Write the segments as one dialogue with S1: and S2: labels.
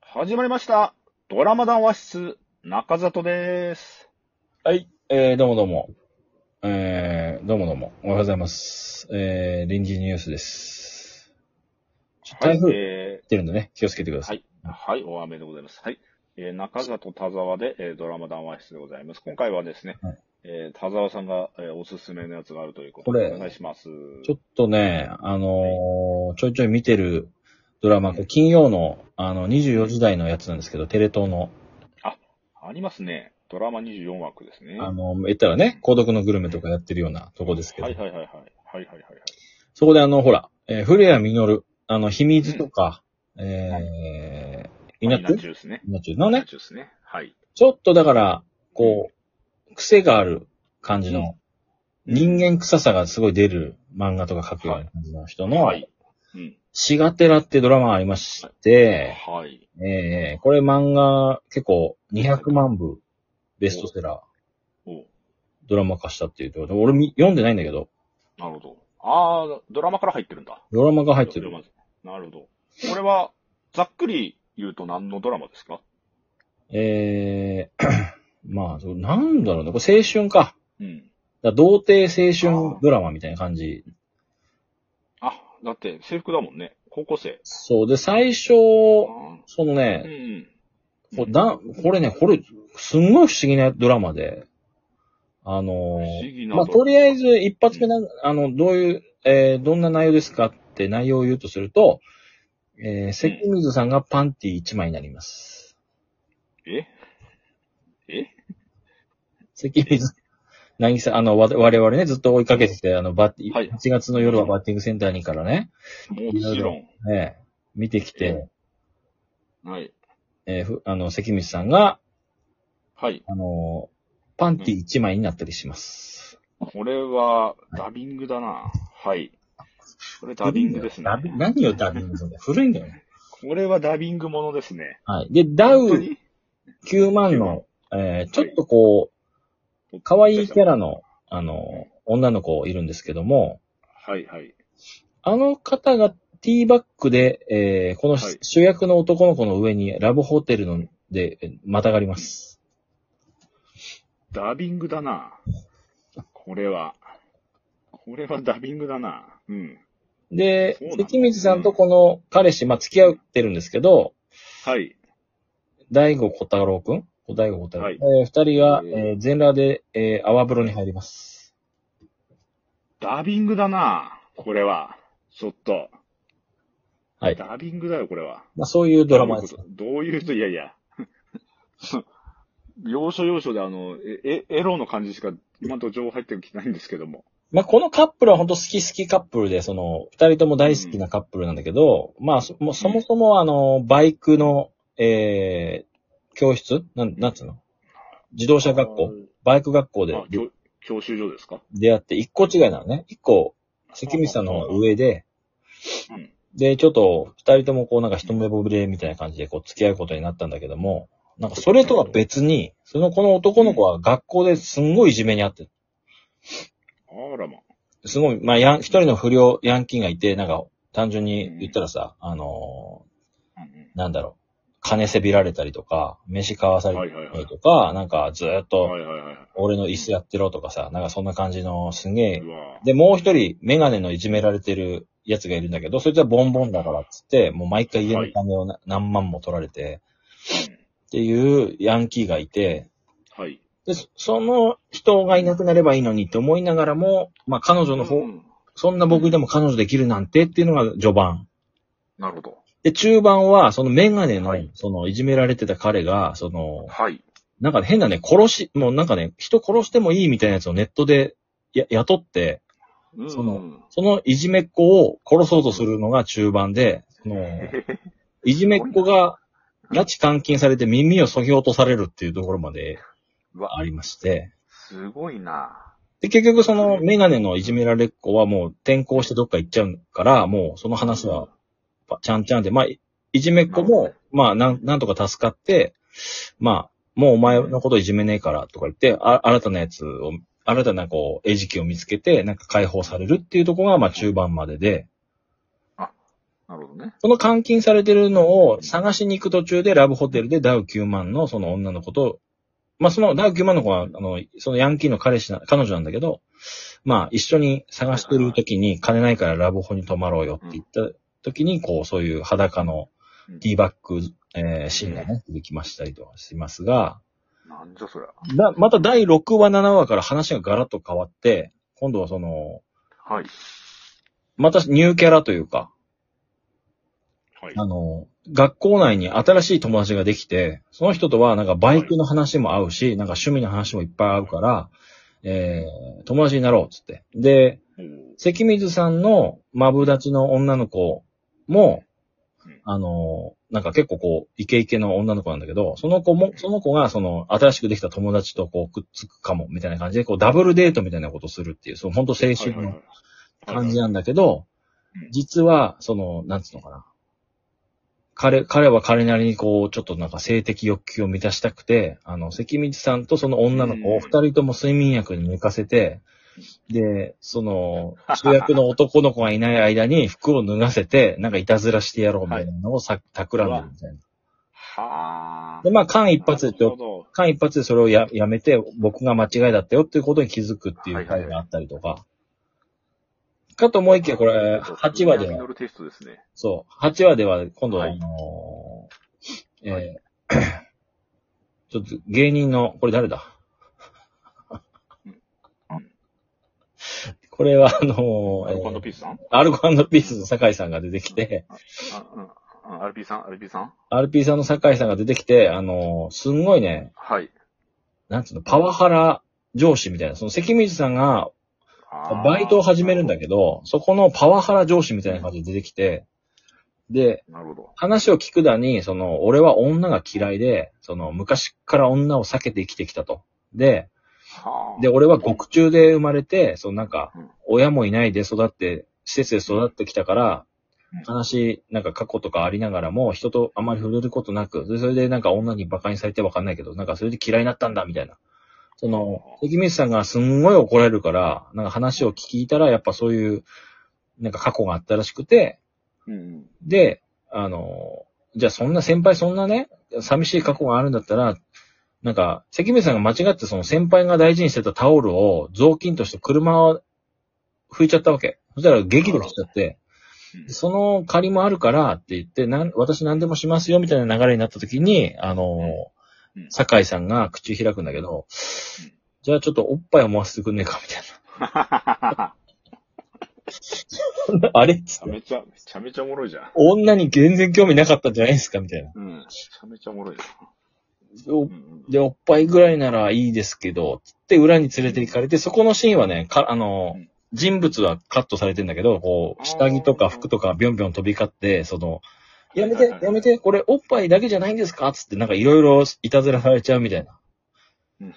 S1: 始まりました。ドラマ談話室、中里です。
S2: はい、えー、どうもどうも。えー、どうもどうも。おはようございます。えー、臨時ニュースです。ちょっと
S1: は
S2: 台
S1: い、
S2: 風来
S1: え
S2: てるんでね、気をつけてくだ
S1: は
S2: さい。
S1: いー、はい、大雨でございます。はい。えー、中里田沢で、えードラマ談話室でございます。今回はですね、
S2: はい
S1: えー田沢さんが、えーおすすめのやつがあるということ
S2: こ
S1: で、
S2: れ
S1: お願いします。
S2: ちょっとね、あのーちょいちょい見てるドラマ、金曜の、あの、24時台のやつなんですけど、テレ東の、
S1: ありますね。ドラマ24枠ですね。
S2: あの、言ったらね、孤独のグルメとかやってるようなとこですけど、
S1: はいはいはいはい。はいはいはいはい。
S2: そこであの、ほら、えー、古谷実、あの、秘密とか、えー、稲
S1: 稲
S2: 中
S1: 中ですね。
S2: 稲中のね
S1: 稲、中ですね。はい。
S2: ちょっとだから、こう、癖がある感じの、人間臭さがすごい出る漫画とか書くような感じの人の
S1: は、い。うん。
S2: しがてらってドラマがありまして、
S1: はい。
S2: ええこれ漫画結構200万部ベストセラー、
S1: お
S2: ドラマ化したっていうところで、俺み読んでないんだけど、
S1: なるほど。あー、ドラマから入ってるんだ。
S2: ドラマが入ってる。
S1: まずなるほど。これは、ざっくり言うと何のドラマですか
S2: ええまあ、そうなんだろうね、これ青春か。
S1: うん。
S2: だから童貞青春ドラマみたいな感じ
S1: あ、だって制服だもんね。高校生。
S2: そう。で、最初、
S1: あ
S2: そのね
S1: ーう、ん。
S2: これだこれね、これ、すんごい不思議なドラマで、あ
S1: 不
S2: の
S1: 思議
S2: ー、
S1: な
S2: まあ、
S1: ドラ
S2: と
S1: マ
S2: りあえず一発目な、あの、どういう、えーどんな内容ですかって内容を言うとすると、えー、関水さんがパンティ1枚になります。
S1: ええ
S2: 関水、なぎさ、あの、わ我々ね、ずっと追いかけてきて、あの、バッティ、
S1: はい
S2: 1月の夜はバッティングセンターにからね、
S1: もちろん。
S2: ね見てきて、
S1: はい。
S2: えーふあの、関水さんが、
S1: はい。
S2: あのー、パンティ1枚になったりします。
S1: これは、ダビングだな。はい。これダビングですね。
S2: ダビ何をダビングす るんだよ。古いんだよね。
S1: これはダビングものですね。
S2: はい。で、ダ
S1: 本当
S2: ウ
S1: に
S2: 9万の、えー、ちょっとこう、可愛いキャラの、あの、女の子いるんですけども、
S1: はいはい。
S2: あの方がティーバックで、えー、この
S1: はい
S2: 主役の男の子の上にラブホテルので、えーまたがります。
S1: ダビングだな。これは。これはダビングだな。うん。
S2: で
S1: そうなん、だ
S2: 関水さんとこの彼氏、まあ、付き合ってるんですけど、
S1: はい。
S2: 大悟小太郎くん小大悟小太郎。
S1: はい
S2: えー二人が、
S1: えー
S2: えー、全裸で、えー、泡風呂に入ります。
S1: ダビングだな。これは。ちょっと。
S2: はい。
S1: ダビングだよ、これは。
S2: まあ、そういうドラマです。
S1: どういうことどういうと、いやいや。 要所要所で、あの、え、えエロの感じしか、今のところ情報入ってきてないんですけども。
S2: まあ、このカップルは本当好き好きカップルで、その、二人とも大好きなカップルなんだけど、まあそ、もうそもそもあの、バイクの、えー、教室なん、なんつうの自動車学校バイク学校
S1: あー
S2: で
S1: あ、教教習所ですか
S2: 出会って、一個違いなのね。一個、関水さんの方が上で
S1: うん、
S2: で、ちょっと、二人ともこうなんか一目惚れみたいな感じでこう付き合うことになったんだけども、なんかそれとは別に、そのこの男の子は学校ですんごいいじめにあって
S1: あらま。
S2: すごい、まあ、ヤン、一人の不良ヤンキーがいて、なんか、単純に言ったらさ、あの
S1: うん
S2: ーなんだろう、金せびられたりとか、飯買わさ
S1: うんは
S2: れ
S1: いはい
S2: た
S1: はい
S2: り。とか、なんかずーっと、
S1: はいはいは
S2: 俺の椅子やってろとかさ、なんかそんな感じの、すげ
S1: い。
S2: え
S1: う、わ
S2: で、もう一人、メガネのいじめられてるやつがいるんだけど、そいつはボンボンだからっつって、もう毎回家の金をな何万も取られて、っていうヤンキーがいて、
S1: はい。
S2: で、そその人がいなくなればいいのにって思いながらも、まあ、彼女の方
S1: う、ん
S2: そんな僕でも彼女できるなんてっていうのが序盤。
S1: なるほど。
S2: で、中盤は、そのメガネの、
S1: はい
S2: その、いじめられてた彼が、その、
S1: はい。
S2: なんかね変なね、殺し、もうなんかね、人殺してもいいみたいなやつをネットで、や、雇って、
S1: うん
S2: そのそのいじめっ子を殺そうとするのが中盤で、その、いじめっ子が、拉致監禁されて耳を削ぎ落とされるっていうところまで
S1: うわ
S2: ありまして、
S1: すごいな。
S2: で、結局そのメガネのいじめられっ子はもう転校してどっか行っちゃうから、もうその話はばちゃんちゃんで、まあ、いいじめっ子
S1: な
S2: も、まあ、なん、なんとか助かって、まあ、もうお前のこといじめねえからとか言って、あ新たなやつを、新たなこう、餌食を見つけて、なんか解放されるっていうところが、まあ、中盤までで、
S1: なるほどね。
S2: その監禁されてるのを探しに行く途中でラブホテルでダウ9万のその女の子と、まあそのダウ9万の子は、あの、そのヤンキーの彼氏な、彼女なんだけど、まあ一緒に探してる時に金ないからラブホに泊まろうよって言った時に、こうそういう裸の
S1: うん
S2: ティーバック、えーシーンがね、出てきましたりとかしますが、
S1: なんじゃそりゃ。
S2: だまた第6話、7話から話がガラッと変わって、今度はその、
S1: はい。
S2: またニューキャラというか、
S1: はい。
S2: あの、学校内に新しい友達ができて、その人とはなんかバイクの話も合うし、なんか趣味の話もいっぱい合うから、えー、友達になろうっつって。で、
S1: お
S2: 関水さんのマブダチの女の子も
S1: うん、
S2: あの、なんか結構こう、イケイケの女の子なんだけど、その子も、その子がその、新しくできた友達とこう、くっつくかも、みたいな感じで、こう、ダブルデートみたいなことするっていう、そう、ほんと青春の感じ
S1: や。
S2: なんだけど
S1: うん、
S2: 実は、その、なんつうのかな。彼、彼は彼なりにこう、ちょっとなんか性的欲求を満たしたくて、あの、関水さんとその女の子
S1: う
S2: を
S1: ん
S2: 二人とも睡眠薬に寝かせて、で、その、主役の男の子がいない間に服を脱がせて、なんかいたずらしてやろうみたいなの をさ、企んでるみたいな。
S1: はあ。
S2: で、まあ、間一髪でち
S1: な
S2: ょ
S1: るほど
S2: 間一髪でそれをややめて、僕が間違いだったよっていうことに気づくっていう回があったりとか。かと思いきや、これ、8話で
S1: ミノ
S2: は、
S1: ルテイストですね。
S2: そう、8話では、今度は、あ
S1: はい
S2: のー
S1: は
S2: えー ちょっと芸人の、これ誰だ
S1: うん
S2: これは、あのー
S1: アルコ
S2: えー
S1: ピースさん
S2: アルコピースの酒井さんが出てきて、
S1: あうんうん。RP さん ?RP さん
S2: RP さんの酒井さんが出てきて、あのーすんごいね、
S1: はい。
S2: なんつうの、パワハラ上司みたいな、その関水さんが
S1: あー
S2: バイトを始めるんだけど、そこのパワハラ上司みたいな感じで出てきて、で、
S1: なるほど。
S2: 話を聞くだに、その、俺は女が嫌いで、その、昔から女を避けて生きてきたと。で、
S1: はあ。
S2: で、俺は獄中で生まれて、そのなんか
S1: うん、
S2: 親もいないで育って、施設で育ってきたから
S1: うん、
S2: 悲しい、なんか過去とかありながらも、人とあまり触れることなく、でそれでなんか女に馬鹿にされてわかんないけど、なんかそれで嫌いになったんだ、みたいな。その、関水さんがすんごい怒られるから、なんか話を聞いたら、やっぱそういう、なんか過去があったらしくて、
S1: うんうん。
S2: で、あの、じゃあそんな先輩そんなね、寂しい過去があるんだったら、なんか、関水さんが間違ってその先輩が大事にしてたタオルを雑巾として車を拭いちゃったわけ。そしたら激怒しちゃって、
S1: うん
S2: その借りもあるからって言って、なん私何でもしますよみたいな流れになった時に、あの、
S1: うんうん
S2: 酒井さんが口を開くんだけど、じゃあちょっとおっぱいを回してくんねえかみたい
S1: はははは
S2: な。 あれっつっ
S1: め
S2: て。
S1: ちゃめちゃめちゃおもろいじゃん。
S2: 女に全然興味なかったんじゃないですかみたいな。
S1: うん。めちゃめちゃおもろいじ
S2: お
S1: ゃん。うん
S2: で、おっぱいぐらいならいいですけど、つって裏に連れて行かれて、そこのシーンはね、か、あの
S1: うん、
S2: 人物はカットされてんだけど、こう、下着とか服とかビョンビョン飛び交って、その、
S1: い
S2: や
S1: はい
S2: め
S1: はい
S2: て、やめて、これおっぱいだけじゃないんですかつってなんかいろいろいたずらされちゃうみたいな
S1: うん。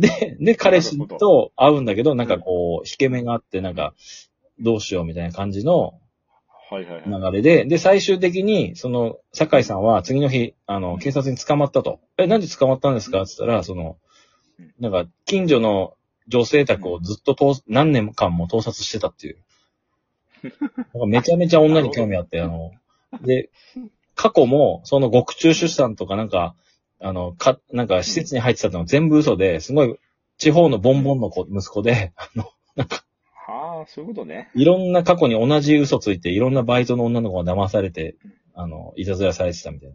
S2: で、で、彼氏
S1: なるほ
S2: と会うんだけど、なんかこう、引け目があって、なんか、どうしようみたいな感じの
S1: うん。はいはいはい。
S2: 流れで、で、最終的に、その、酒井さんは次の日、あの、警察に捕まったと。え、なんで捕まったんですかって言ったら、その
S1: うん、
S2: なんか、近所の女性宅をずっと盗、何年間も盗撮して たっていう。なんかめちゃめちゃ女に興味あって、あの、で、過去も、その獄中出産とかなんか、あの、か、なんか施設に入ってたのは全部嘘で、すごい、地方のボンボンの子、息子で、あの、
S1: はあ、そういうことね。
S2: いろんな過去に同じ嘘ついて、いろんなバイトの女の子が騙されて
S1: うん、
S2: あの、いたずらされてたみたい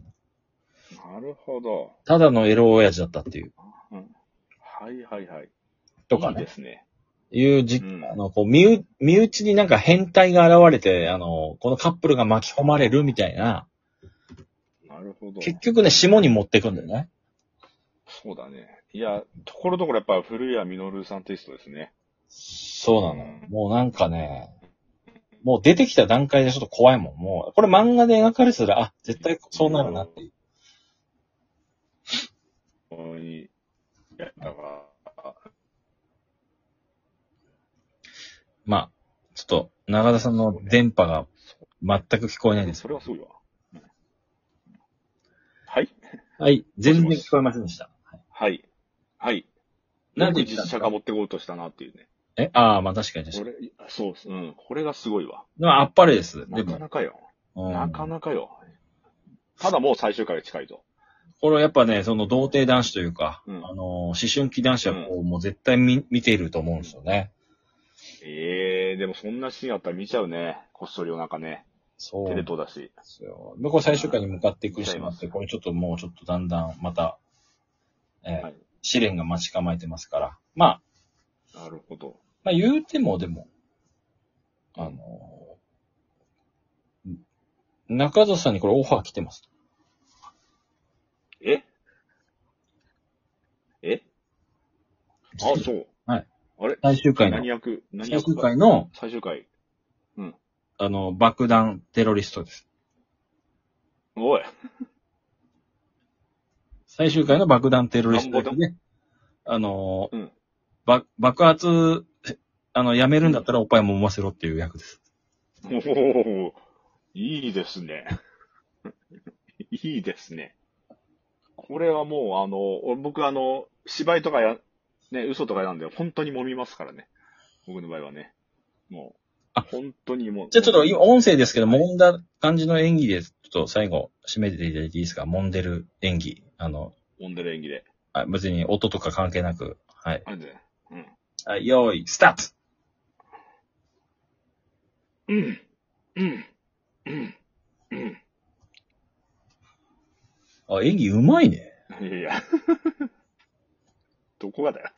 S2: な。
S1: なるほど。
S2: ただのエロ親父だったっていう。
S1: うん。はいはいはい。
S2: とか
S1: いい
S2: ね
S1: で。すね。
S2: いうじ、
S1: うん
S2: あの、こう、身内、身内になんか変態が現れて、あの、このカップルが巻き込まれるみたいな、
S1: なるほど。
S2: 結局ね、下に持ってくんだよね。
S1: そうだね。いや、ところどころやっぱ古谷実さんテイストですね。
S2: そうなのよ。もうなんかね、もう出てきた段階でちょっと怖いもん。もう、これ漫画で描かれてたら、あ、絶対そうなるなっていう。
S1: 本当に。いや、だから、
S2: まあ、ちょっと、長田さんの電波が全く聞こえないです。
S1: それはそうよ。うんはい
S2: はい、全然聞こえませんでした。
S1: はい。はい。
S2: なんで言ったんで
S1: 実
S2: す
S1: 写
S2: か
S1: 化持ってこうとしたなっていうね。
S2: え、ああ、まあ確かに確か
S1: こ
S2: に。
S1: れ、そうっす。うん。これがすごいわ。
S2: まあ、あっぱれです。で
S1: なか
S2: も、
S1: なかよ。
S2: うん
S1: なかなかよ。ただもう最終回が近いと。
S2: これはやっぱね、その童貞男子というか、
S1: うん
S2: あの、思春期男子はこう、もう絶対見見ていると思うんですよね。
S1: ええでもそんなシーンあったら見ちゃうね。こっそりお腹ね。
S2: そう
S1: テ
S2: なん
S1: レ
S2: で
S1: 東だし。
S2: すよ。で、これ最終回に向かっていく
S1: 見ちゃい
S2: しま
S1: ま
S2: っ
S1: す
S2: て、これちょっともうちょっとだんだんまた、えー
S1: はい
S2: 試練が待ち構えてますから。まあ、
S1: なるほど。
S2: まあ言うてもでも、あのー中里さんにこれオファー来てます。
S1: ええあ、そう。
S2: はい。
S1: あれ
S2: 最終回の
S1: 何、役何
S2: 最
S1: 役
S2: 終回の、
S1: 最終回。
S2: あの、爆弾テロリストです。
S1: おい。
S2: 最終回の爆弾テロリストですね。あのー、
S1: うん
S2: ば爆発、あの、やめるんだったらおっぱいも揉ませろっていう役です。
S1: おおいいですね。 いいですね。これはもう、あの、俺僕あの、芝居とかや、ね、嘘とかなんで、本当に揉みますからね。僕の場合はね。もう
S2: あ、
S1: 本当にもう。
S2: じゃあちょっと今、音声ですけど、
S1: はい
S2: 揉んだ感じの演技で、ちょっと最後、締めていただいていいですか揉んでる演技。あの、
S1: オンデる演技で。
S2: あ別に音とか関係なく。はい。
S1: あれで。うん。
S2: はい、用意、スタート
S1: うん。うん。うん。うん。
S2: あ、演技うまいね。
S1: いやいや。どこがだよ。